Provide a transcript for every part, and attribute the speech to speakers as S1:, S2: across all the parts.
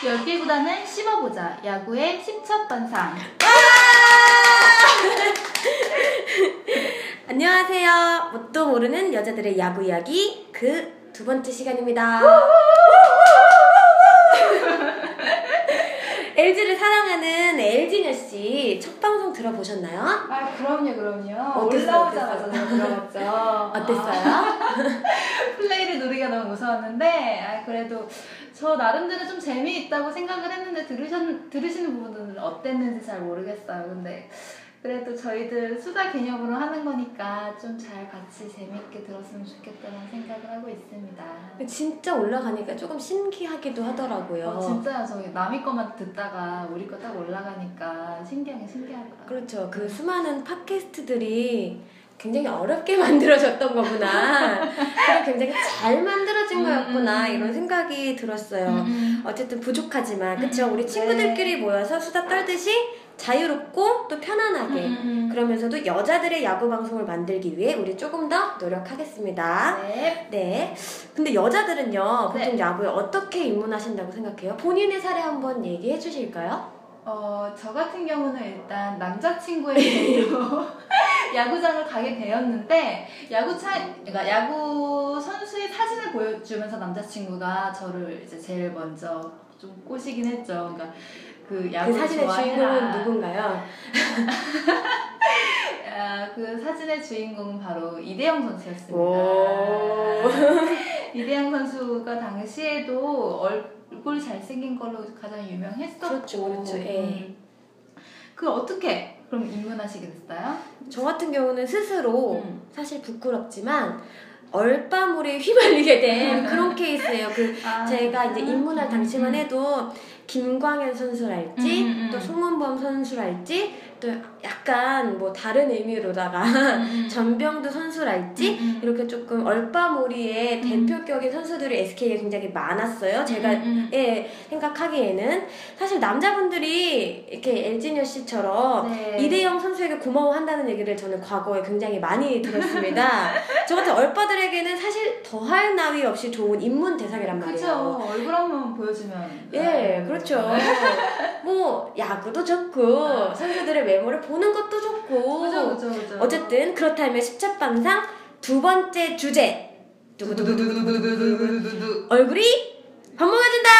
S1: 10개 구단을 씹어보자. 야구의 침첫 반상.
S2: 아! 안녕하세요. 뭣도 모르는 여자들의 야구 이야기 그 두 번째 시간입니다. LG를 사랑하는 LG녀 씨 첫 방송 들어보셨나요?
S1: 아, 그럼요, 그럼요.
S2: 어땠어요,
S1: 올라오자마자
S2: 어땠어요?
S1: 제가 들어갔죠.
S2: 어땠어요?
S1: 아, 플레이를 노리기가 너무 무서웠는데, 아, 그래도 저 나름대로 좀 재미있다고 생각을 했는데, 들으셨, 들으시는 부분들은 어땠는지 잘 모르겠어요. 근데 그래도 저희들 수다 개념으로 하는 거니까 좀 잘 같이 재미있게 들었으면 좋겠다는 생각을 하고 있습니다.
S2: 진짜 올라가니까 조금 신기하기도 하더라고요.
S1: 어, 진짜요. 저희 남의 것만 듣다가 우리 거 딱 올라가니까 신기하게 신기하더라고요.
S2: 그렇죠. 그 수많은 팟캐스트들이 굉장히 어렵게 만들어졌던 거구나. 그리고 굉장히 잘 만들어진
S1: 음,
S2: 거였구나.
S1: 음, 음.
S2: 이런 생각이 들었어요.
S1: 음,
S2: 어쨌든 부족하지만 그쵸
S1: 음,
S2: 우리
S1: 네.
S2: 친구들끼리 모여서 수다 떨듯이 자유롭고 또 편안하게
S1: 음.
S2: 그러면서도 여자들의 야구 방송을 만들기 위해 우리 조금 더 노력하겠습니다.
S1: 네.
S2: 네. 근데
S1: 네.
S2: 여자들은요 보통 야구에 어떻게 입문하신다고 생각해요? 본인의 사례 한번 얘기해 주실까요?
S1: 어, 저 같은 경우는 일단 남자친구의 도움으로 야구장을 가게 되었는데 야구차 그러니까 야구 선수의 사진을 보여주면서 남자친구가 저를 이제 제일 먼저 좀 꼬시긴 했죠. 그러니까 그 야구
S2: 그 사진의 주인공은 누군가요?
S1: 아, 그 사진의 주인공은 바로 이대영 선수였습니다.
S2: 오.
S1: 이대영 선수가 당시에도 얼굴 잘생긴 걸로 가장 유명했었고
S2: 그렇죠, 그렇죠. 예.
S1: 음. 그 어떻게 그럼 입문하시게 됐어요?
S2: 저 같은 경우는 스스로
S1: 음.
S2: 사실 부끄럽지만 얼빠물에 휘말리게 된 그런 케이스예요. 그
S1: 아,
S2: 제가 이제 입문할 당시만 해도 김광현 선수랄지
S1: 음, 음, 음.
S2: 또 송은범 선수랄지 또 약간 뭐 다른 의미로다가
S1: 음,
S2: 전병두 선수랄지 이렇게 조금 얼빠모리의
S1: 음.
S2: 대표격인 선수들이 SK에 굉장히 많았어요. 제가
S1: 음,
S2: 예 생각하기에는 사실 남자분들이 이렇게 엘지녀 씨처럼
S1: 네.
S2: 이대영 선수에게 고마워한다는 얘기를 저는 과거에 굉장히 많이 들었습니다. 저 같은 얼빠들에게는 사실 더할 나위 없이 좋은 입문 대상이란 말이에요.
S1: 그쵸 얼굴 한번 보여주면
S2: 예, 그렇죠. 뭐 야구도 좋고
S1: 아.
S2: 선수들의 외모를 보는 것도 좋고.
S1: 그죠 그죠 그죠
S2: 어쨌든 그렇다면 십자반상 두 번째 주제
S1: 두두두두두두두두두두두
S2: 얼굴이 밥 먹여준다.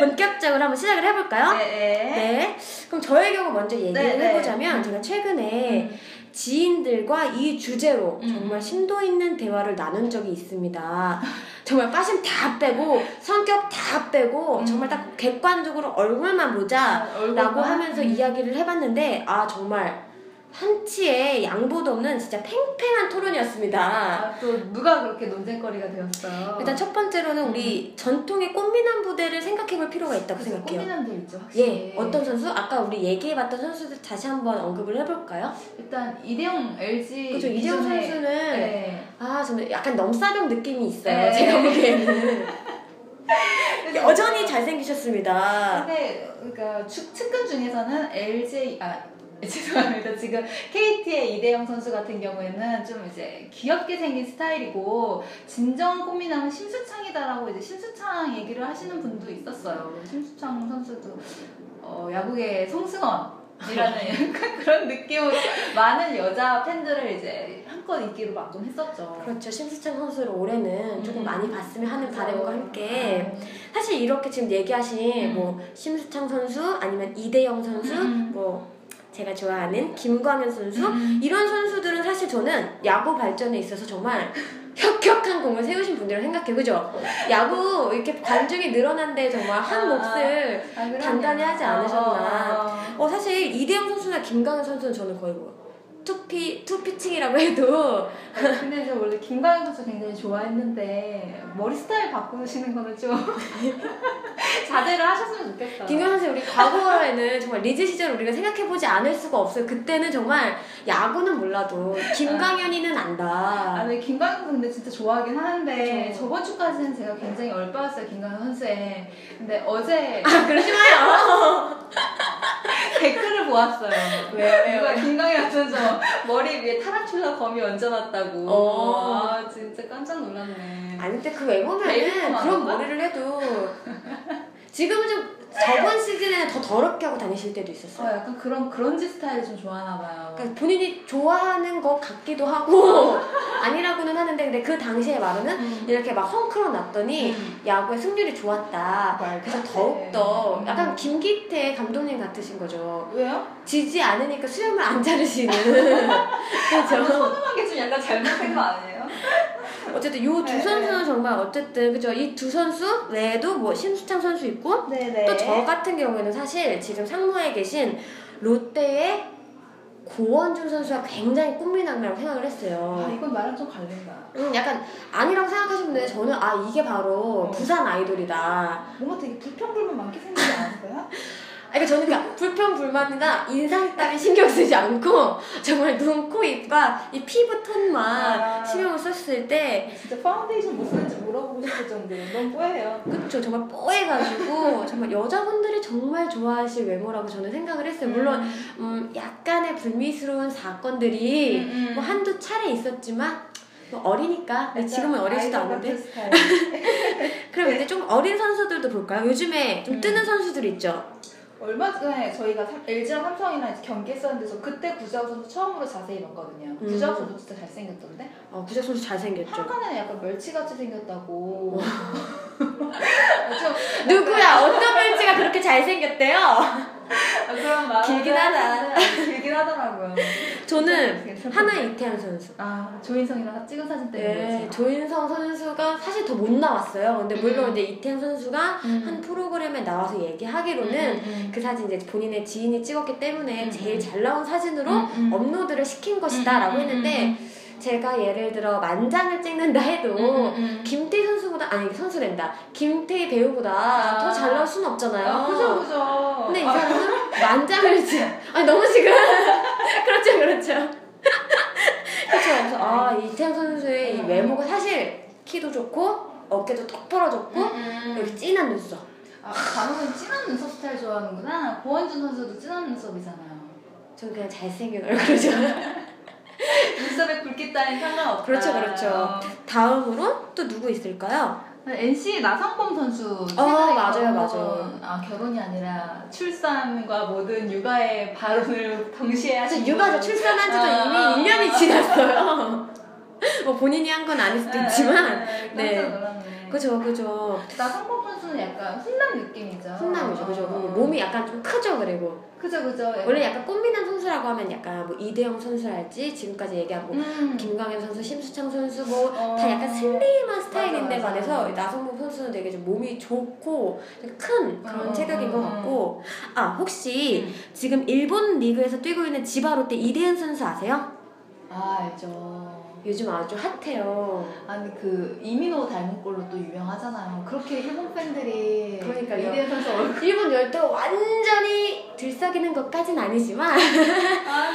S2: 본격적으로 한번 시작을 해볼까요?
S1: 네.
S2: 네. 그럼 저의 경우 먼저 얘기를
S1: 네, 네.
S2: 해보자면 제가 최근에
S1: 음.
S2: 지인들과 이 주제로
S1: 음.
S2: 정말 심도 있는 대화를 나눈 적이 있습니다. 정말 빠심 다 빼고 성격 다 빼고
S1: 음.
S2: 정말 딱 객관적으로 얼굴만 보자
S1: 얼굴만? 음.
S2: 라고 하면서 이야기를 해봤는데 아 정말 한치의 양보도 없는 진짜 팽팽한 토론이었습니다.
S1: 아, 또 누가 그렇게 논쟁거리가 되었어요?
S2: 일단 첫 번째로는 우리 전통의 꽃미남 부대를 생각해볼 필요가 있다고
S1: 음. 그래서
S2: 생각해요.
S1: 꽃미남들 있죠 확실히
S2: 예, 어떤 선수? 아까 우리 얘기해봤던 선수들 다시 한번 언급을 해볼까요?
S1: 일단 네, 이대형 LG
S2: 그죠, 이재용
S1: 기존에-
S2: 선수는
S1: 네.
S2: 아 저는 약간 넘사벽 느낌이 있어요.
S1: 네.
S2: 제가 보기에는 여전히 잘생기셨습니다.
S1: 근데 그러니까 축, 측근 중에서는 LG 아 죄송합니다. 지금 KT의 이대영 선수 같은 경우에는 좀 이제 귀엽게 생긴 스타일이고 진정 꽃미남은 심수창이다라고 이제 심수창 얘기를 하시는 분도 있었어요. 심수창 선수도 어, 야구계의 송승헌이라는 약간 그런 느낌으로 많은 여자 팬들을 이제 한껏 인기로 막좀 했었죠.
S2: 그렇죠. 심수창 선수를 올해는
S1: 네.
S2: 조금
S1: 음.
S2: 많이 봤으면 하는 바람과 함께
S1: 아,
S2: 사실 이렇게 지금 얘기하신
S1: 음.
S2: 뭐 심수창 선수 아니면 이대영 선수
S1: 음.
S2: 뭐 제가 좋아하는 김광현 선수
S1: 음.
S2: 이런 선수들은 사실 저는 야구 발전에 있어서 정말 혁혁한 공을 세우신 분들을 생각해 그죠? 야구 이렇게 관중이 늘어난데 정말 한
S1: 어. 아,
S2: 몫을
S1: 아, 그럼요.
S2: 단단히 하지 않으셨나.
S1: 어, 어, 어.
S2: 어 사실 이대영 선수나 김광현 선수는 저는 거의 뭐 투피 투피칭이라고 해도
S1: 아, 근데 저 원래 김광현 선수 굉장히 좋아했는데 머리 스타일 바꾸시는 거는 좀 자제를 하셨으면 좋겠다.
S2: 김광현 선수 우리 과거에는 정말 리즈 시절 우리가 생각해 보지 않을 수가 없어요. 그때는 정말 야구는 몰라도 김광현이는
S1: 아,
S2: 안다.
S1: 네, 김광현 선수 근데 진짜 좋아하긴 하는데
S2: 그쵸.
S1: 저번 주까지는 제가 굉장히 얼빠였어요 김광현 선수에. 근데 어제
S2: 아 그러지 마요.
S1: 댓글을
S2: 좋았어요. 왜요?
S1: 누가 김광현은 저 머리 위에 타란툴라 범이 얹어놨다고.
S2: 어.
S1: 아 진짜 깜짝 놀랐네.
S2: 아니 근데 그
S1: 베이비만
S2: 외모면은 그런
S1: 하나?
S2: 머리를 해도 지금은 좀 저번 시즌에는 더 더럽게 하고 다니실 때도
S1: 어,
S2: 있었어요.
S1: 약간 그런 그런지 스타일 좀 좋아하나 봐요.
S2: 그러니까 본인이 좋아하는 것 같기도 하고 아니라고는 하는데 근데 그 당시에 말로는
S1: 음.
S2: 이렇게 막 헝클어 놨더니 야구의 승률이 좋았다. 그래서
S1: 음.
S2: 더욱더 약간 김기태 감독님 같으신 거죠.
S1: 왜요?
S2: 지지 않으니까 수염을 안 자르시는. 그죠?
S1: 선호하게 좀 약간 잘못된 거 아니에요?
S2: 어쨌든 요 두
S1: 네,
S2: 선수는
S1: 네.
S2: 정말 어쨌든 그죠? 이 두 선수 외에도 뭐 심수창 선수 있고
S1: 네네.
S2: 또 저 같은 경우에는 사실 지금 상무에 계신 롯데의 고원준 선수가 굉장히 꽃미남이라고 생각을
S1: 아
S2: 했어요.
S1: 이건 나랑 좀 갈린다.
S2: 음, 약간 아니라고 생각하시는데 저는 아 이게 바로
S1: 어.
S2: 부산 아이돌이다.
S1: 뭔가 되게 불평불만 많게 생기지 않았어요?
S2: 그러니까 저는 그러니까 불평 불만이나 인상 따위 신경 쓰지 않고 정말 눈, 코, 입과 이 피부 톤만
S1: 아.
S2: 신경을 썼을 때
S1: 진짜 파운데이션 못 쓰는지 물어보고 싶을 정도로 너무 뽀예요.
S2: 그쵸 정말 뽀해가지고 정말 여자분들이 정말 좋아하실 외모라고 저는
S1: 음.
S2: 생각을 했어요. 물론 음, 약간의 불미스러운 사건들이
S1: 음,
S2: 뭐 한두 차례 있었지만 뭐 어리니까 근데 지금은 어리지도 않은데 그럼 이제 좀 어린 선수들도 볼까요? 요즘에 좀
S1: 네. 음.
S2: 뜨는 선수들 있죠.
S1: 얼마 전에 저희가 삼- LG랑 삼성이랑 이제 경기했었는데 저 그때 구자욱 선수 처음으로 자세히 봤거든요.
S2: 음.
S1: 구자욱 선수 진짜 잘생겼던데?
S2: 어, 구자 선수 잘생겼죠.
S1: 한간에는 약간 멸치같이 생겼다고. 아, 네,
S2: 누구야? 어떤 멸치가 그렇게 잘생겼대요?
S1: 아, 그런 말
S2: 길긴 하다.
S1: 네, 길긴 하더라고요. 네,
S2: 저는
S1: 괜찮-
S2: 하나 이태현 선수.
S1: 아 조인성이랑 찍은 사진 때문에 그렇죠.
S2: 네,
S1: 그렇지.
S2: 조인성 선수가 사실 더 못 나왔어요. 근데 물론
S1: 음.
S2: 이제 이태현 선수가
S1: 음.
S2: 한 프로그램에 나와서 얘기하기로는
S1: 음, 음.
S2: 그 사진 이제 본인의 지인이 찍었기 때문에
S1: 음.
S2: 제일 잘 나온 사진으로
S1: 음, 음.
S2: 업로드를 시킨 것이다라고
S1: 음, 음,
S2: 했는데
S1: 음,
S2: 제가 예를 들어 만장을 찍는다 해도
S1: 음, 음.
S2: 김태희 선수보다 아니 선수랜다 김태희 배우보다
S1: 아.
S2: 더 잘 나올 수는 없잖아요.
S1: 아, 그죠 그죠.
S2: 근데 이
S1: 아,
S2: 사람은 만장을 찍 아니 너무 지금 그렇죠 그렇죠 그렇죠 그래서 아 이태현 선수의 이
S1: 음.
S2: 외모가 사실 키도 좋고 어깨도 턱 벌어졌고
S1: 음, 음.
S2: 여기 진한 눈썹
S1: 아, 강호는 진한 눈썹 스타일 좋아하는구나. 고원준 선수도 진한 눈썹이잖아요.
S2: 저는 그냥 잘생긴 얼굴 그렇죠? 좋아
S1: 눈썹의 굵기 따윈 상관없다.
S2: 그렇죠, 그렇죠. 다음으로 또 누구 있을까요?
S1: NC 아, 나성범 선수. 최근에
S2: 어, 맞아요,
S1: 결혼,
S2: 맞아요.
S1: 아, 결혼이 아니라 출산과 모든 육아의 발언을 동시에 하신
S2: 사실 육아자
S1: 분.
S2: 출산한 지도
S1: 음. 아.
S2: 이미 1년이 지났어요. 뭐 본인이 한 건 아닐 수도
S1: 네,
S2: 있지만.
S1: 네,
S2: 네.
S1: 깜짝 놀랐네.
S2: 그죠, 그죠.
S1: 나성범 선수는 약간 훈남 느낌이죠.
S2: 훈남이죠, 그죠.
S1: 어.
S2: 몸이 약간 좀 크죠, 그리고.
S1: 그죠, 그죠. 약간-
S2: 원래 약간 꽃미남 선수라고 하면 약간 뭐 이대영 선수랄지 지금까지 얘기한 뭐
S1: 음.
S2: 김광현 선수, 심수창 선수 뭐 다
S1: 어.
S2: 약간 슬림한 스타일인데
S1: 맞아, 맞아.
S2: 반해서 나성범 선수는 되게 좀 몸이 좋고 큰 그런
S1: 어,
S2: 체격인 것
S1: 어, 어.
S2: 같고 아 혹시
S1: 음.
S2: 지금 일본 리그에서 뛰고 있는 지바롯데 이대현 선수 아세요?
S1: 아, 알죠.
S2: 요즘 아주 핫해요.
S1: 아니 그 이민호 닮은 걸로 또 유명하잖아요. 그렇게 일본 팬들이
S2: 그러니까요.
S1: 이대현 선수 얼굴
S2: 일본 열도 완전히 들썩이는 것까진 아니지만 어,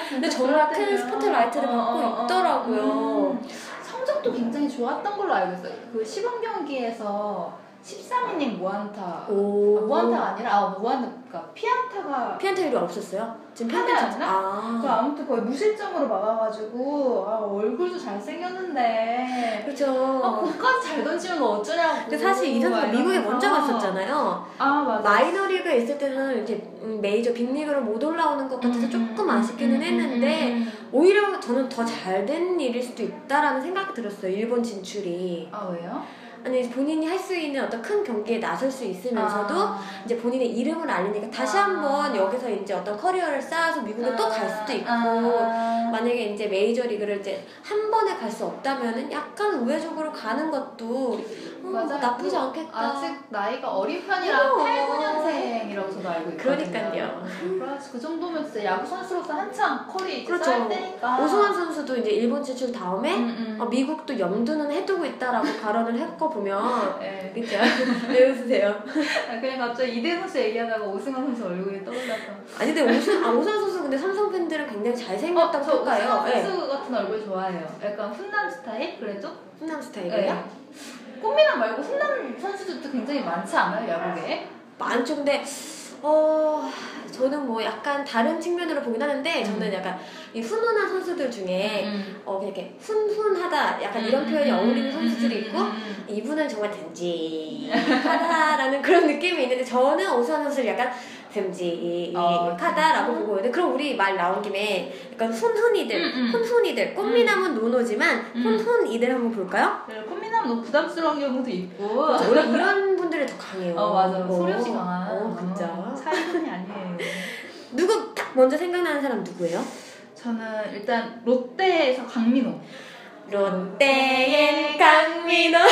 S2: 근데 정말 큰 스포트라이트를 받고 있더라고요. 음.
S1: 성적도 굉장히 좋았던 걸로 알고 있어요. 그 시범 경기에서 13이닝 무안타
S2: 오 뭐.
S1: 아, 무안타가 아니라 아 무안타가 피안타가
S2: 피안타 율이 없었어요? 지금
S1: 하지
S2: 피안타 율이
S1: 않나? 그
S2: 아
S1: 아무튼 거의 무실점으로 막아가지고 아, 얼굴도 잘생겼는데 아,
S2: 그렇죠.
S1: 그거까지 잘 던지면 뭐 어쩌냐고
S2: 근데 사실 이 선수가
S1: 알면서.
S2: 미국에 먼저 갔었잖아요.
S1: 아 맞아
S2: 마이너리그에 있을 때는 이제 음, 메이저 빅리그로 못 올라오는 것
S1: 음,
S2: 같아서 조금 아쉽기는 했는데 오히려 저는 더 잘 된 일일 수도 있다라는 생각이 들었어요. 일본 진출이.
S1: 아 왜요?
S2: 아니 본인이 할 수 있는 어떤 큰 경기에 나설 수 있으면서도
S1: 아.
S2: 이제 본인의 이름을 알리니까 다시
S1: 아.
S2: 한번 여기서 이제 어떤 커리어를 쌓아서 미국에 또 갈 수도 있고
S1: 아.
S2: 만약에 이제 메이저 리그를 이제 한 번에 갈 수 없다면은 약간 우회적으로 가는 것도 음,
S1: 맞아요.
S2: 나쁘지 않겠다.
S1: 아직 나이가 어린 편이라
S2: 어.
S1: 8, 9년생이라고 저도 알고 있거든요.
S2: 그러니까요.
S1: 그래서 그 정도면 진짜 야구 선수로서 한창 콜이 이제
S2: 그렇죠.
S1: 쌓일 때니까.
S2: 오승환 선수도 이제 일본 진출 다음에
S1: 음, 음.
S2: 어, 미국도 염두는 해두고 있다라고 발언을 했거 보면
S1: 예.
S2: 그죠? 왜 웃으세요?
S1: 아, 그냥 갑자기 이대 선수 얘기하다가 오승환 선수 얼굴이 떠올랐다.
S2: 아니 근데 오승 아, 오승환 선수 근데 삼성 팬들은 굉장히 잘생겼다고
S1: 어, 저
S2: 평가해요.
S1: 오승환 선수 같은 얼굴 좋아해요. 약간 훈남 스타일 그래도.
S2: 예. 훈남 스타일이에요?
S1: 네. 예. 꽃미남 말고 훈남 선수들도 굉장히 많지 않아요 야구에?
S2: 많죠. 근데 어, 저는 뭐 약간 다른 측면으로 보긴 하는데 저는
S1: 음.
S2: 약간 이 훈훈한 선수들 중에
S1: 음.
S2: 어 그냥 이렇게 훈훈하다 약간 이런
S1: 음,
S2: 표현이
S1: 음,
S2: 어울리는
S1: 음,
S2: 선수들이
S1: 음,
S2: 있고
S1: 음,
S2: 이분은 정말 듬직하다라는 그런 느낌이 있는데 저는 오수환 선수를 약간
S1: 어,
S2: 듬직하다라고 보고 있는데 그럼 우리 말 나온 김에 약간 훈훈이들
S1: 음, 음.
S2: 훈훈이들 꽃미남은 노노지만
S1: 음.
S2: 훈훈이들 한번 볼까요?
S1: 음. 네, 꽃미남 너무 부담스러운 경우도 있고
S2: 원래 이런 분들이 더 강해요
S1: 어 맞아 소리 없이 강한
S2: 어, 진짜
S1: 차이분이 아니에요
S2: 누구 딱 먼저 생각나는 사람 누구예요?
S1: 저는 일단 롯데에서 강민호
S2: 롯데엔 강민호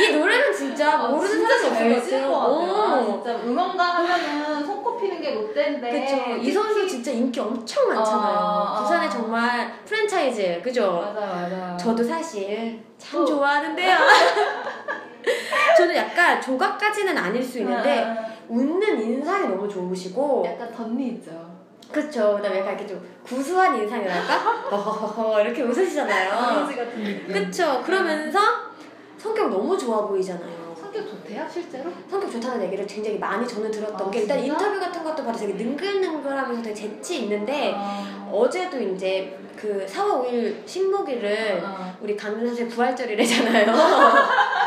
S2: 이 노래는 진짜 아, 모르는
S1: 어, 진짜
S2: 사람이
S1: 잘
S2: 없을
S1: 지은
S2: 것
S1: 것 같아요
S2: 같아요 어. 오.
S1: 진짜 응원가 하면은 손꼽히는 게 롯데인데
S2: 그쵸 이 선수 진짜 인기 엄청 많잖아요
S1: 아, 아.
S2: 부산에 정말 프랜차이즈 그죠
S1: 맞아 맞아
S2: 저도 사실 참
S1: 어. 또.
S2: 좋아하는데요 저는 약간 조각까지는 아닐 수 있는데
S1: 아,
S2: 웃는 인상이 너무
S1: 아.
S2: 좋으시고
S1: 약간 덧니 있죠
S2: 그쵸. 그다음에 약간 이렇게 좀 구수한 인상이랄까? 허허허허 이렇게 웃으시잖아요.
S1: 강아지 같은 느낌
S2: 그쵸. 그러면서 성격 너무 좋아 보이잖아요.
S1: 성격 좋대요 실제로?
S2: 성격 좋다는 얘기를 굉장히 많이 저는 들었던
S1: 아,
S2: 게 일단
S1: 진짜?
S2: 인터뷰 같은 것도 봐도 되게 능글능글하면서 되게 재치 있는데
S1: 어.
S2: 어제도 이제 그 4월 5일 식목일을
S1: 어.
S2: 우리 강민 선수의 부활절이래잖아요.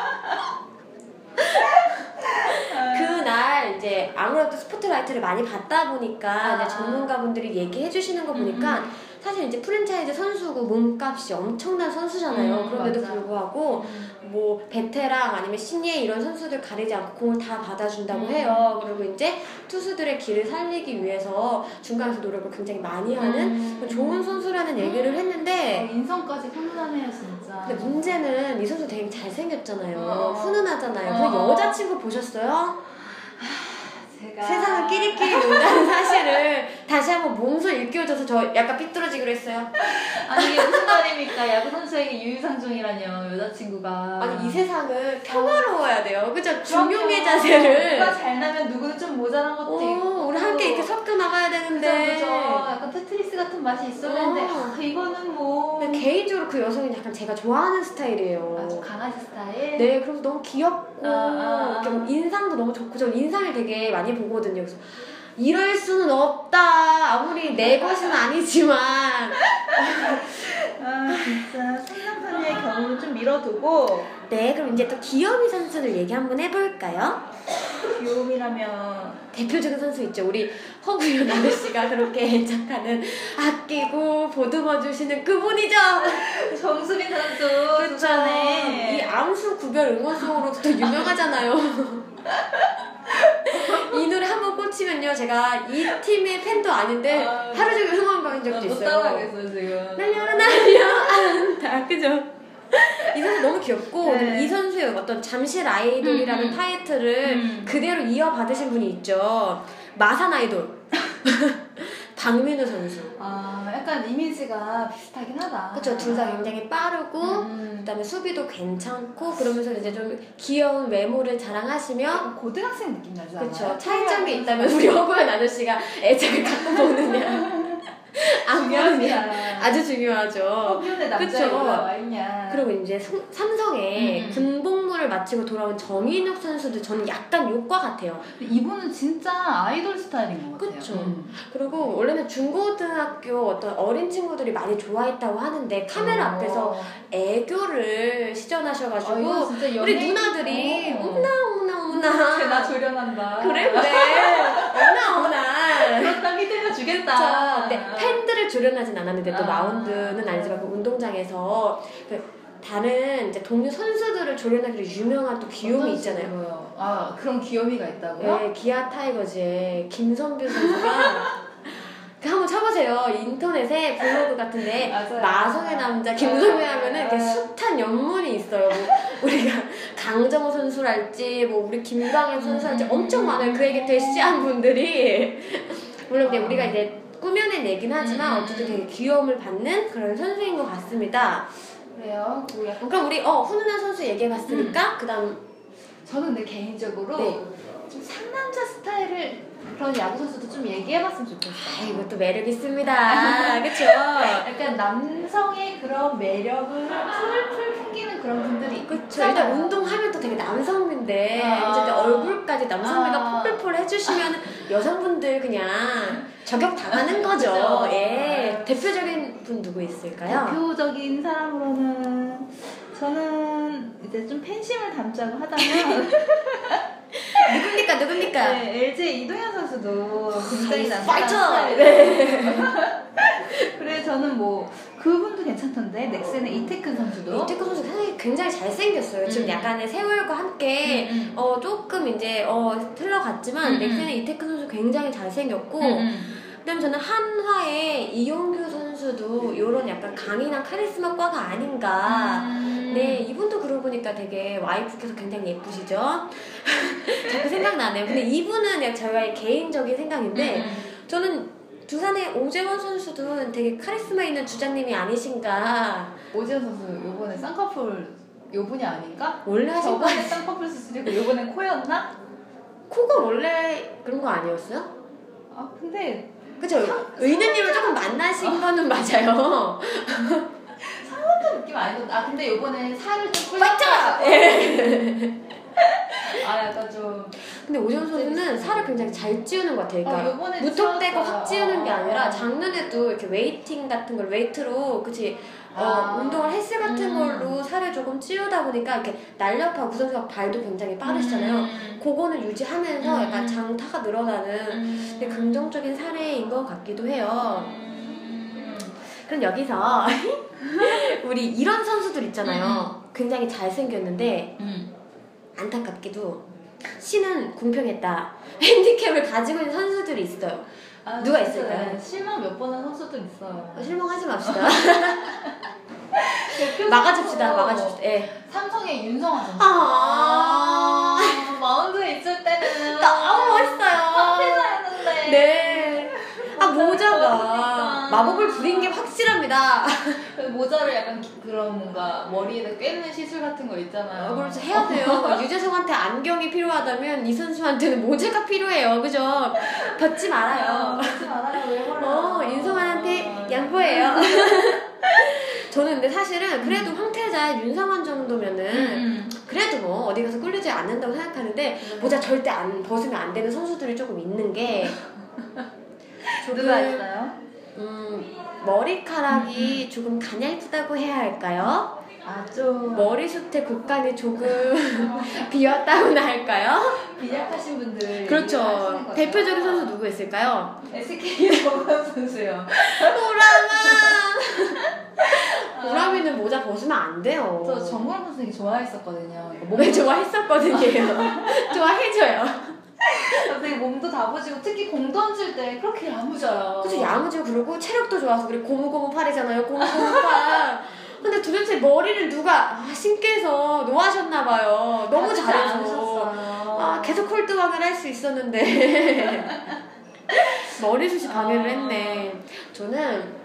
S2: 그날 이제 아무래도 스포트라이트를 많이 받다 보니까
S1: 아.
S2: 이제 전문가분들이 얘기해 주시는 거 보니까
S1: 음,
S2: 사실 이제 프랜차이즈 선수고 몸값이 엄청난 선수잖아요.
S1: 음,
S2: 그런데도
S1: 맞아.
S2: 불구하고 뭐 베테랑 아니면 신예 이런 선수들 가리지 않고 공을 다 받아준다고
S1: 음.
S2: 해요. 그리고 이제 투수들의 길을 살리기 위해서 중간에서 노력을 굉장히 많이 하는
S1: 음.
S2: 좋은 선수라는 얘기를 했는데
S1: 어, 인성까지 훈훈하네요 진짜
S2: 네. 근데 문제는 이 선수 되게 잘생겼잖아요.
S1: 어.
S2: 훈훈하잖아요.
S1: 어.
S2: 그 여자친구 보셨어요?
S1: 제가
S2: 세상은 끼리끼리 논다는 사실을 다시 한번 몸소 일깨워줘서 저 약간 삐뚤어지기로 했어요.
S1: 아니 이게 무슨 말입니까? 야구 선수에게 유유상종이라뇨 여자친구가.
S2: 아니, 이 세상은 평화로워야 돼요. 그죠?
S1: 그럼요.
S2: 중용의
S1: 누가
S2: 자세를.
S1: 잘 나면 누구는 좀 모자란 것도
S2: 어,
S1: 있고.
S2: 우리 함께 이렇게 섞여 나가야 되는데.
S1: 그죠, 그죠. 약간 테트리스 같은 맛이 있었는데
S2: 어.
S1: 아, 이거는 뭐
S2: 근데 개인적으로 그 여성은 약간 제가 좋아하는
S1: 아주
S2: 스타일이에요.
S1: 강아지 스타일.
S2: 네, 그래서 너무 귀엽고,
S1: 아, 아, 아.
S2: 좀 인상도 너무 좋고, 저 인상을 되게 많이 보거든요. 그래서 이럴 수는 없다. 아무리 내 것은 아니지만.
S1: 아 진짜 상남편의 경우는 좀 밀어두고
S2: 네, 그럼 이제 또 귀요미 선수들 얘기 한번 해볼까요?
S1: 귀요미라면
S2: 대표적인 선수 있죠. 우리 허구윤 아저씨가 그렇게 애착하는 아끼고 보듬어주시는 그분이죠.
S1: 정수빈 선수
S2: 이
S1: 부산에
S2: 암수 구별 응원송으로도 또 유명하잖아요. 이 노래 한 번 꽂히면요. 제가 이 팀의 팬도 아닌데
S1: 아,
S2: 하루 종일 응원 가인 적도
S1: 못
S2: 있어요.
S1: 따라가겠어 지금.
S2: 날려라 날려 안다 그죠? 이 선수 너무 귀엽고
S1: 네.
S2: 이 선수의 어떤 잠실 아이돌이라는
S1: 음, 음.
S2: 타이틀을
S1: 음.
S2: 그대로 이어받으신 분이 있죠 마산 아이돌 박민우 선수
S1: 아 약간 이미지가 비슷하긴 하다.
S2: 그쵸 둘 다 굉장히 빠르고
S1: 음.
S2: 그다음에 수비도 괜찮고 그러면서 이제 좀 귀여운 외모를 자랑하시며
S1: 약간 음. 고등학생 느낌 나지 않아요?
S2: 그쵸 차이점이 있다면 우리 허구현 아저씨가 애착을 갖고 보느냐 안면이냐
S1: 아주
S2: 아주 중요하죠
S1: 허균의
S2: 그쵸.
S1: 남자애가 와 있냐.
S2: 그리고 이제 삼- 삼성에
S1: 음.
S2: 군복무를 마치고 돌아온 정인욱 선수도 저는 약간 욕과 같아요.
S1: 이분은 진짜 아이돌 스타일인 것 같아요. 음.
S2: 그쵸. 그리고 원래는 중고등학교 어떤 어린 친구들이 많이 좋아했다고 하는데
S1: 어.
S2: 카메라 앞에서 애교를
S1: 아,
S2: 시전하셔가지고 우리 누나들이 어머나 어머나
S1: 나
S2: 어머나
S1: 조련한다.
S2: 그래 그래 어머나 어머나
S1: 그렇다 휘둘려 주겠다.
S2: 그쵸. 근데 네.
S1: 네,
S2: 팬들을 조련하진 않았는데 또
S1: 아.
S2: 마운드는 아니지만 그 운동장에서 그 다른 이제 동료 선수들을 조련하기로 유명한 또 귀요미
S1: 어떤
S2: 있잖아요.
S1: 식으로요? 아 그런 귀요미가 있다고요?
S2: 네, 기아 타이거즈의 김선규 선수가 그 한번 쳐보세요. 인터넷에 블로그 같은데
S1: 맞아요.
S2: 마성의 남자 김선규 하면은 이렇게
S1: 아.
S2: 숱한 연문이 있어요. 뭐 우리가 강정호 선수랄지 뭐 우리 김광현 선수랄지
S1: 음.
S2: 엄청 많아요. 그에게 대시한 분들이 물론 그냥
S1: 아.
S2: 우리가 이제 꾸며낸 얘긴 하지만
S1: 음.
S2: 어쨌든 되게 귀여움을 받는 그런 선수인 것 같습니다.
S1: 그래요. 그 약간
S2: 그럼 우리 어 훈훈한 선수 얘기해봤으니까 그다음
S1: 저는 근데 개인적으로
S2: 네.
S1: 좀 상남자 스타일을 그런 야구 선수도 좀 얘기해봤으면
S2: 아
S1: 좋겠어요.
S2: 이것도 매력 있습니다. 그쵸
S1: 약간 남성의 그런 매력을 풀풀 풍기는 하는 그런 분들이
S2: 그렇죠.
S1: 있잖아요.
S2: 일단 운동하면 또 되게 남성미인데
S1: 아.
S2: 이제 얼굴까지 남성미가
S1: 아.
S2: 폴폴폴 해주시면 여성분들 그냥 저격 당하는 거죠.
S1: 그죠. 그
S2: 예.
S1: 아.
S2: 대표적인 분 누구 있을까요?
S1: 대표적인 사람으로는 저는 이제 좀 팬심을 담자고 하다면
S2: 그러니까. 누굽니까? 누굽니까?
S1: 네, LG 이동현 선수도 굉장히
S2: 아,
S1: 남자 네.
S2: 파이터!
S1: 그래 저는 뭐 그분도 괜찮던데 넥센의 이태근 선수도.
S2: 이태근 선수 굉장히, 굉장히 잘생겼어요. 지금
S1: 음.
S2: 약간의 세월과 함께
S1: 음, 음.
S2: 어 조금 이제 어 틀려갔지만
S1: 음,
S2: 넥센의 이태근 선수 굉장히 잘생겼고
S1: 음, 음.
S2: 그다음 저는 한화의 이용규 선수도 이런 약간 강인한 카리스마과가 아닌가.
S1: 음.
S2: 네 이분도 그러고 보니까 되게 와이프께서 굉장히 예쁘시죠. 자꾸 생각나네요. 근데 이분은 그냥 저의 개인적인 생각인데
S1: 음.
S2: 저는 두산의 오재원 선수도 되게 카리스마 있는 주장님이 아니신가.
S1: 오지현 선수 요번에 쌍꺼풀 요분이 아닌가?
S2: 원래 하신 거
S1: 저번에 쌍꺼풀 수술이고 요번엔 코였나?
S2: 코가 원래 그런 거 아니었어요?
S1: 아 근데
S2: 그쵸? 의느님을 조금 만나신 거는 맞아요.
S1: 쌍꺼풀 느낌 아니던데 아 근데 요번에 살을 좀
S2: 맞죠?
S1: 뿔렸다. 예. 아 약간 좀
S2: 근데 오재원 선수는 살을 굉장히 잘 찌우는 것 같아요.
S1: 어,
S2: 그러니까
S1: 음. 요번에
S2: 무턱대고 확 찌우는 게 아니라
S1: 어.
S2: 작년에도 이렇게 웨이팅 같은 걸 웨이트로 그치 어,
S1: 아.
S2: 운동을 헬스 같은
S1: 음.
S2: 걸로 살을 조금 찌우다 보니까 이렇게 날렵하고 그 선수가 발도 굉장히 빠르시잖아요.
S1: 음.
S2: 그거는 유지하면서
S1: 음.
S2: 약간 장타가 늘어나는 되게
S1: 그
S2: 긍정적인 사례인 것 같기도 해요.
S1: 음.
S2: 그럼 여기서 우리 이런 선수들 있잖아요. 굉장히 잘생겼는데
S1: 음.
S2: 안타깝게도 신은 공평했다. 핸디캡을 가지고 있는 선수들이 있어요.
S1: 아,
S2: 누가
S1: 진짜
S2: 있을까요?
S1: 실망 몇 번 한 선수들 있어요.
S2: 어, 실망하지 맙시다.
S1: 대표
S2: 막아줍시다.
S1: 선수로
S2: 막아줍시다. 예.
S1: 삼성의 윤성환 선수.
S2: 아.
S1: 아, 마운드에 있을 때는 깜패가
S2: 너무 멋있어요.
S1: 했는데.
S2: 네. 아 모자가
S1: 그러니까.
S2: 마법을 부린 게 확실합니다.
S1: 그 모자를 약간 기- 그런 뭔가 머리에다 꿰는 시술 같은 거 있잖아요.
S2: 얼굴을 좀 해야 돼요. 유재석한테 안경이 필요하다면 이 선수한테는 모자가 필요해요. 그죠? 받지 말아요.
S1: 그렇지 말아요. 왜 몰라?
S2: 어, 윤성환한테 양보해요. 저는 근데 사실은 그래도 황태자 윤성환 정도면은
S1: 음.
S2: 그래도 뭐 어디 가서 꿀리지 않는다고 생각하는데 모자 절대 안 벗으면 안 되는 선수들이 조금 있는 게 조금
S1: 누가 있어요?
S2: 음, 머리카락이 조금 가냘프다고 해야 할까요?
S1: 아, 좀
S2: 머리숱의 곳간이 조금 비었다고나 할까요?
S1: 비약하신 분들.
S2: 그렇죠. 대표적인 선수 누구 있을까요?
S1: SK 정관 선수요.
S2: 보람아! 보람이는 모자 벗으면 안 돼요.
S1: 저 정관 선수 되게 좋아했었거든요. 몸,
S2: 몸에 좋아했었거든요. 좋아해줘요.
S1: 되게 몸도 다부지고 특히 공 던질 때 그렇게 야무져요.
S2: 그래서 야무지고 그러고 체력도 좋아서 그리고 고무고무팔이잖아요. 고무고무팔. 근데 도대체 머리를 누가 아, 신께서 노하셨나봐요. 너무
S1: 다치지
S2: 잘해서.
S1: 않으셨어요.
S2: 아, 계속 콜드왕을 할 수 있었는데. 머리숱이
S1: 아.
S2: 방해를 했네. 저는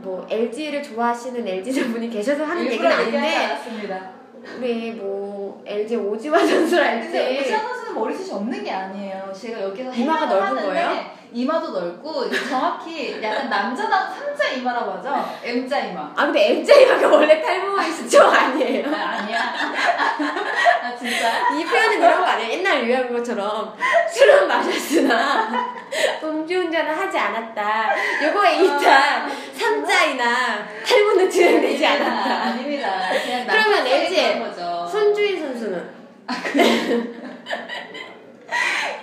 S2: 뭐 LG를 좋아하시는 LG자분이 계셔서 하는 얘기는
S1: 일부러 얘기하지
S2: 아닌데
S1: 않았습니다.
S2: 우리 뭐 LG 오지환 선수랄지
S1: 근데 오지환 선수는 머리숱이 없는 게 아니에요. 제가 여기서
S2: 네. 이마가
S1: 해명을
S2: 넓은
S1: 하는데
S2: 거예요?
S1: 이마도 넓고 정확히 약간 남자다운 삼자 이마라고 하죠. M자 이마.
S2: 아 근데 MJ가 원래 탈모의 수초 아니에요?
S1: 아, 아니야. 아 진짜.
S2: 이 표현은 그런 거 아니에요? 옛날 유행한 것처럼 술은 마셨으나 음주운전을 하지 않았다.
S1: 아.
S2: 요거에 일단 삼자이나 탈모는 진행되지 않았다.
S1: 아닙니다. 그냥
S2: 네, 그러면
S1: 남자
S2: LG.
S1: 그런 거죠.
S2: 손주인 선수는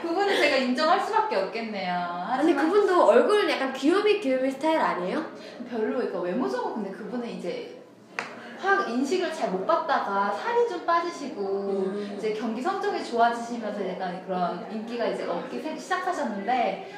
S1: 그분은 제가 인정할 수밖에 없겠네요.
S2: 아니
S1: 하지만
S2: 그분도 얼굴은 약간 귀요미 귀요미 스타일 아니에요?
S1: 별로 그러니까 외모적으로 근데 그분은 이제 확 인식을 잘 못 받다가 살이 좀 빠지시고
S2: 음.
S1: 이제 경기 성적이 좋아지시면서 약간 그런 인기가 이제 얻기 생- 시작하셨는데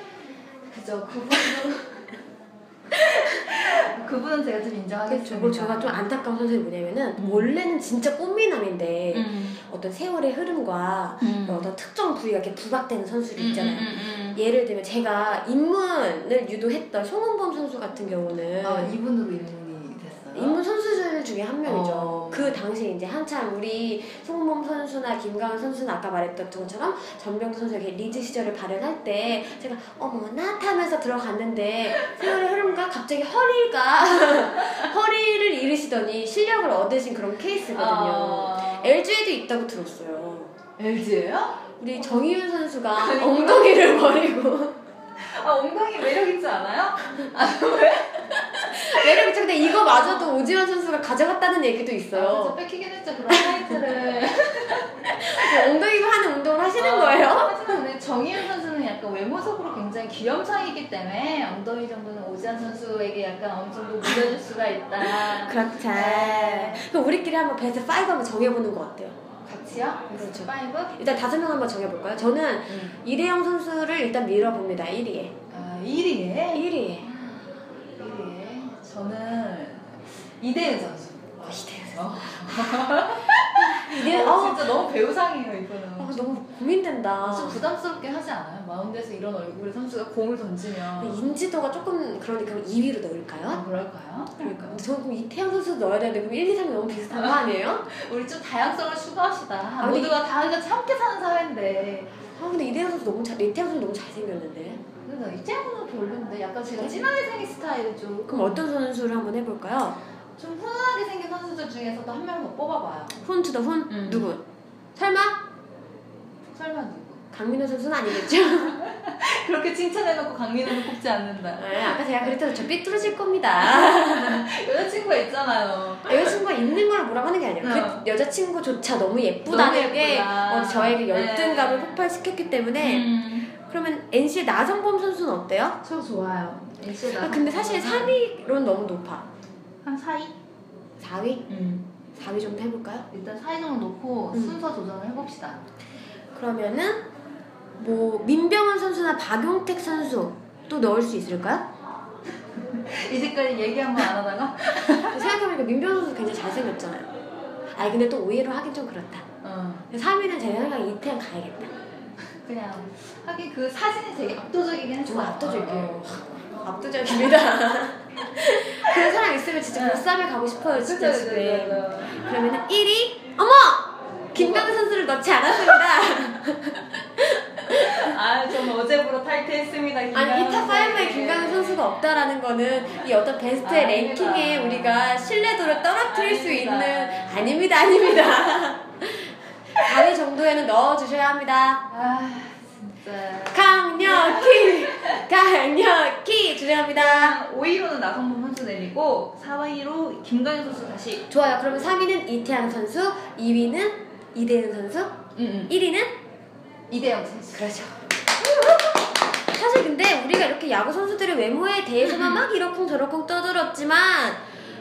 S1: 그죠 그분도 그분은 제가 좀 인정하겠습니다.
S2: 그리고 제가 좀 안타까운 선수이 뭐냐면은 원래는 진짜 꽃미남인데
S1: 음.
S2: 어떤 세월의 흐름과 뭐
S1: 음.
S2: 어떤 특정 부위가 이렇게 부각되는 선수들이
S1: 음,
S2: 네, 있잖아요.
S1: 음, 음,
S2: 예를 들면 제가 입문을 유도했던 송은범 선수 같은
S1: 음.
S2: 경우는
S1: 아 이분으로 인문이 됐어요.
S2: 입문 선수들 팬 중에 한 명이죠.
S3: 어.
S2: 그 당시에 이제 한참 우리 송범 선수나 김강현 선수나 아까 말했던 것처럼 전병 선수에게 리즈 시절을 발현할 때 제가 어머나 하면서 들어갔는데 세월의 흐름과 갑자기 허리가 허리를 잃으시더니 실력을 얻으신 그런
S1: 아.
S2: 케이스거든요. LG에도 있다고 들었어요.
S1: LG예요?
S2: 우리 정희윤 선수가 엉덩이를 버리고
S1: 아 엉덩이 매력 있지 않아요?
S2: 매력 있죠. 근데 이거마저도 오지환 선수가 가져갔다는 얘기도
S1: 아, 그래서
S2: 있어요.
S1: 뺏기긴 했죠 그런 타이틀을
S2: 엉덩이로 하는 운동을 하시는
S1: 어,
S2: 거예요?
S1: 하지만 근데 정희윤 선수는 약간 외모적으로 굉장히 귀염차이기 때문에 엉덩이 정도는 오지환 선수에게 약간 어느 정도 물려줄 수가 있다
S2: 그렇죠.
S1: 네.
S2: 그럼 우리끼리 한번 베스트 5 한번 정해보는 거 어때요?
S1: 같이요?
S2: 그렇죠.
S1: 파이브?
S2: 일단 다섯 명 한번 정해볼까요? 저는 이대영 선수를 일단 밀어봅니다. 1위에.
S1: 음. 아 1위에
S2: 1위에.
S1: 1위에 저는 이대은 선수
S2: 어, 이대영 선수.
S1: 어.
S2: 이대영,
S1: 어,
S2: 어,
S1: 진짜 너무 배우상이에요 이거는
S2: 어, 너무 고민된다.
S1: 좀 부담스럽게 하지 않아요? 마운드에서 이런 얼굴의 선수가 공을
S2: 네,
S1: 던지면
S2: 인지도가 조금 그러니까 2위로 넣을까요?
S1: 아, 그럴까요?
S2: 그러니까 저는 그럼 이태양 선수 넣어야 되는데 그럼 1, 2, 3 너무 비슷한 거 아니에요?
S1: 우리 좀 다양성을 추구합시다.
S2: 아니,
S1: 모두가 다 같이 함께 사는 사회인데.
S2: 아 근데 이태양 선수 너무 잘 이태양 선수 너무 잘생겼는데
S1: 근데 나 이태양은 별론데 약간 제가 진하게 생긴 스타일을 좀,
S2: 그럼 어떤 선수를 한번 해볼까요?
S1: 좀 훈훈하게 생긴 선수들 중에서도 한 명 더 뽑아봐요.
S2: 훈 투 더 훈?
S1: 음.
S2: 누구? 설마?
S1: 설마 누구?
S2: 강민호 선수는 아니겠죠?
S1: 그렇게 칭찬해놓고 강민호는 뽑지 않는다.
S2: 아, 아까 제가 그랬잖아요 저 삐뚤어질 겁니다
S1: 여자친구가 있잖아요.
S2: 여자친구가 있는 걸 뭐라고 하는 게 아니라 그 여자친구조차 너무 예쁘다는
S1: 너무
S2: 게
S1: 예쁘다. 아.
S2: 어, 저에게 열등감을
S1: 네.
S2: 폭발시켰기 때문에
S1: 음,
S2: 그러면 NC의 나성범 선수는 어때요?
S1: 저 좋아요.
S2: 아, 근데 사실 3위로는 너무 높아
S1: 한 4위?
S2: 4위?
S1: 음.
S2: 4위 정도 해볼까요?
S1: 일단 4위 정도 놓고
S2: 음.
S1: 순서 조정을 해봅시다.
S2: 그러면은 뭐 민병헌 선수나 박용택 선수 또 넣을 수 있을까요?
S1: 이제까지 얘기 한 번 안 하다가?
S2: 생각해보니까 민병헌 선수 굉장히 잘생겼잖아요. 아니 근데 또 5위로 하긴 좀 그렇다.
S1: 어.
S2: 3위는 제 생각에 이태양 가야겠다.
S1: 그냥 하긴 그 사진이 되게 압도적이긴 했어.
S2: 정말 압도적이에요.
S1: 아.
S2: 압도적입니다. 그런 사람 있으면 진짜
S1: 네.
S2: 보쌈에 가고 싶어요 진짜 집에. 그러면은 1위 어머 김강우 선수를 넣지 않았습니다.
S1: 아, 전 어제부로 탈퇴했습니다.
S2: 아니
S1: 네.
S2: 이타 5에 김강우 선수가 없다라는 거는 이 어떤 베스트의
S1: 아, 아닙니다.
S2: 랭킹에 우리가 신뢰도를 떨어뜨릴 수
S1: 아닙니다.
S2: 있는 아닙니다 아닙니다 4위 정도에는 넣어주셔야 합니다
S1: 아, 진짜.
S2: 강력히 강력히 주장합니다
S1: 5위로는 나성범 선수 내리고 4위로 김강현 선수 다시.
S2: 좋아요 그러면 3위는 이태양 선수 2위는 이대은 선수
S1: 응,
S2: 1위는
S1: 음, 이대영 선수.
S2: 그렇죠 사실 근데 우리가 이렇게 야구 선수들의 외모에 대해서만 막 이러쿵 저러쿵 떠들었지만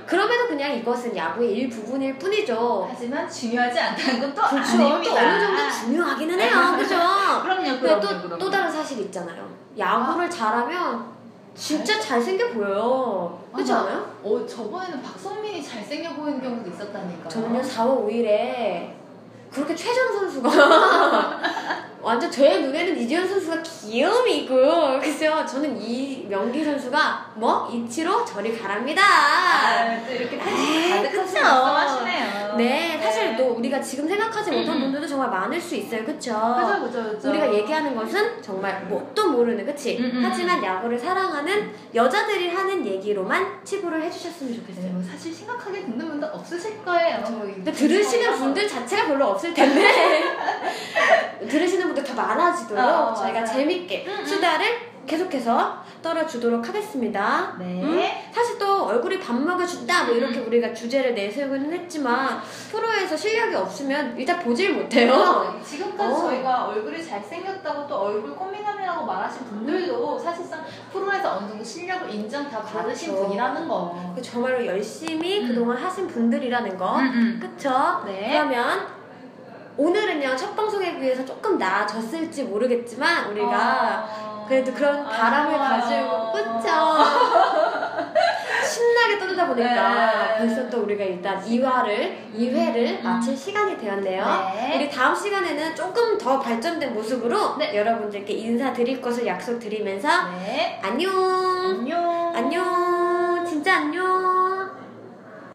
S2: 그럼에도 그냥 이것은 야구의 일부분일 뿐이죠
S1: 하지만 중요하지 않다는 건 또
S2: 그렇죠.
S1: 아닙니다.
S2: 또 어느 정도 중요하기는 해요. 그죠?
S1: 그럼요,
S2: 근데
S1: 그럼요.
S2: 또,
S1: 그럼요.
S2: 또 다른 사실 있잖아요. 야구를 잘하면 진짜 잘생겨 보여요. 그렇지
S1: 아,
S2: 않아요?
S1: 어, 저번에는 박성민이 잘생겨 보이는 경우도 있었다니까요.
S2: 저는요, 4월 5일에 그렇게 최정 선수가 완전 제 눈에는 이지현 선수가 귀여움이고 그래서 저는 이 명기 선수가 뭐? 이치로 저리 가랍니다.
S1: 아, 또 이렇게 팬심이
S2: 에이,
S1: 가득하신
S2: 그쵸.
S1: 말씀하시네요. 어,
S2: 네, 사실 또 우리가 지금 생각하지 못한
S1: 음, 음.
S2: 분들도 정말 많을 수 있어요. 그쵸?
S1: 그죠, 그죠, 그죠.
S2: 우리가 얘기하는 것은 정말 뭣도 모르는 그치?
S1: 음, 음.
S2: 하지만 야구를 사랑하는 여자들이 하는 얘기로만 치부를 해주셨으면
S1: 네,
S2: 좋겠어요
S1: 뭐 사실 심각하게 듣는 분들 없으실 거예요. 뭐
S2: 근데
S1: 아.
S2: 들으시는 분들 자체가 별로 없을 텐데 들으시는 분들 더 많아지도록
S1: 어,
S2: 저희가
S1: 맞아요.
S2: 재밌게
S1: 음, 음.
S2: 수다를 계속해서 떨어주도록 하겠습니다
S1: 네.
S2: 사실 또 얼굴이 밥 먹여준다 뭐 이렇게
S1: 음.
S2: 우리가 주제를 내세우기는 했지만 프로에서 실력이 없으면 일단 보질 못해요
S1: 어, 지금까지
S2: 어.
S1: 저희가 얼굴이 잘생겼다고 또 얼굴 꽃미남이라고 말하신 분들도 사실상 프로에서 어느 정도 실력을 인정 다 받으신
S2: 그렇죠.
S1: 분이라는 거.
S2: 정말로 열심히
S1: 음.
S2: 그동안 하신 분들이라는 거 그쵸?
S1: 네.
S2: 그러면 오늘은요 첫 방송에 비해서 조금 나아졌을지 모르겠지만 우리가
S1: 아.
S2: 그래도 그런 바람을
S1: 아,
S2: 가지고 그쵸? 신나게 떠들다 보니까
S1: 네.
S2: 벌써 또 우리가 일단 2화를 2회를
S1: 음.
S2: 마칠 시간이 되었네요.
S1: 네.
S2: 우리 다음 시간에는 조금 더 발전된 모습으로
S1: 네.
S2: 여러분들께 인사드릴 것을 약속드리면서
S1: 네.
S2: 안녕
S1: 안녕.
S2: 안녕 진짜 안녕